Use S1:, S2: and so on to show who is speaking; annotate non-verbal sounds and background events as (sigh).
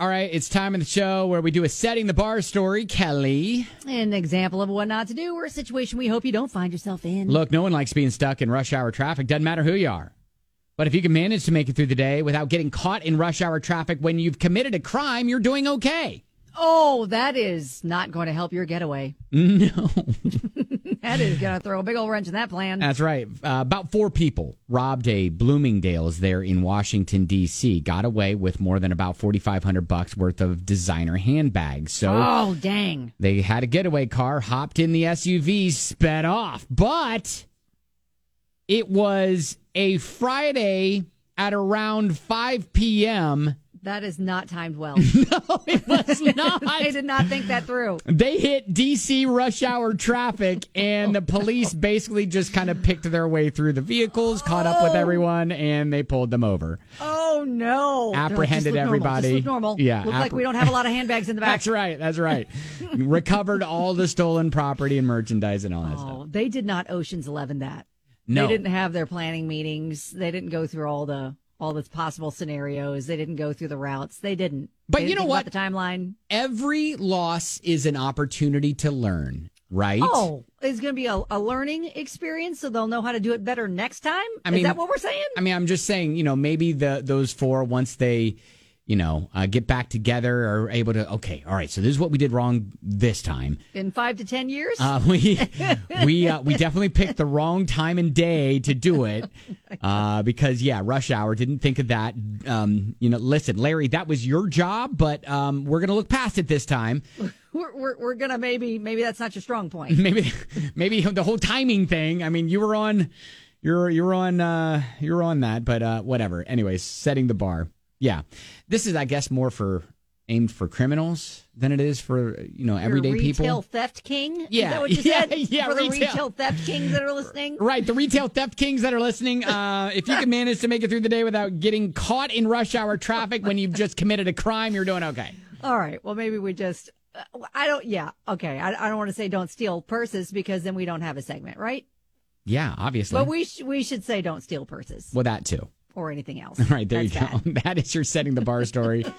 S1: All right, it's time in the show where we do a setting the bar story, Kelly.
S2: An example of what not to do or a situation we hope you don't find yourself in.
S1: Look, no one likes being stuck in rush hour traffic. Doesn't matter who you are. But if you can manage to make it through the day without getting caught in rush hour traffic when you've committed a crime, you're doing okay.
S2: Oh, that is not going to help your getaway.
S1: (laughs) No.
S2: (laughs) That is going to throw a big old wrench in that plan.
S1: That's right. Uh, about four people robbed a Bloomingdale's there in Washington D.C. Got away with more than about 4500 bucks worth of designer handbags. So
S2: oh, dang.
S1: They had a getaway car, hopped in the SUV, sped off. But it was a Friday at around 5 p.m.
S2: That is not
S1: (laughs)
S2: timed well.
S1: No, it was not.
S2: I did not think that through.
S1: (laughs) They hit DC rush hour traffic, and the police basically just kind of picked their way through the vehicles, caught up with everyone, and they pulled them over.
S2: Oh, no.
S1: Apprehended
S2: Just look normal.
S1: everybody.
S2: Just look normal.
S1: Yeah,
S2: Look like
S1: appre-
S2: we don't have a lot of handbags
S1: (laughs)
S2: in the back.
S1: That's right. That's
S2: (laughs)
S1: right. Recovered all the stolen property and merchandise and all that stuff.
S2: Oh, they did not Ocean's Eleven that.
S1: No.
S2: They didn't have their planning meetings. They didn't go through all the all the possible scenarios. They didn't go through the routes. They didn't.
S1: But
S2: They
S1: you
S2: didn't
S1: know
S2: think
S1: what?
S2: About the timeline.
S1: every loss is an opportunity to learn, right?
S2: Oh, it's going to be a, a learning experience, so they'll know how to do it better next time.
S1: I
S2: is
S1: mean-
S2: that what we're saying?
S1: I mean, I'm just saying, you know, maybe the those four once they, you know, uh, get back together are able to. Okay, all right. So this is what we did wrong this time.
S2: In five to ten years,
S1: Uh, (laughs) we we uh, we definitely picked the wrong time and day to do it uh, because yeah, rush hour. Didn't think of that. Um, you know, listen, Larry, that was your job, but um, we're gonna look past it this time.
S2: we're, we're we're gonna maybe maybe that's not your strong
S1: (laughs)
S2: point.
S1: maybe maybe the whole timing thing. I mean, you were on you're you're on uh you're on that, but uh whatever. Anyways, setting the bar. Yeah. This is I guess more for aimed for criminals than it is for you know
S2: Your
S1: everyday
S2: retail
S1: people.
S2: theft king.
S1: Yeah,
S2: is that what you
S1: (laughs) yeah,
S2: said?
S1: yeah,
S2: For the
S1: retail.
S2: retail theft kings that
S1: (laughs)
S2: are listening.
S1: Right, the retail theft kings that are listening, uh, if you can manage to make it through the day without getting caught in rush hour traffic when you've just committed a crime, you're doing okay.
S2: All right. Well, maybe we just. Uh, I don't. Yeah. Okay. I, I don't want to say don't steal purses because then we don't have a segment, right?
S1: Yeah, obviously.
S2: But we sh- we should say don't steal purses
S1: well, that too.
S2: or anything else.
S1: All (laughs) right, there
S2: That's
S1: you (laughs)
S2: bad.
S1: go. That is your setting the bar story.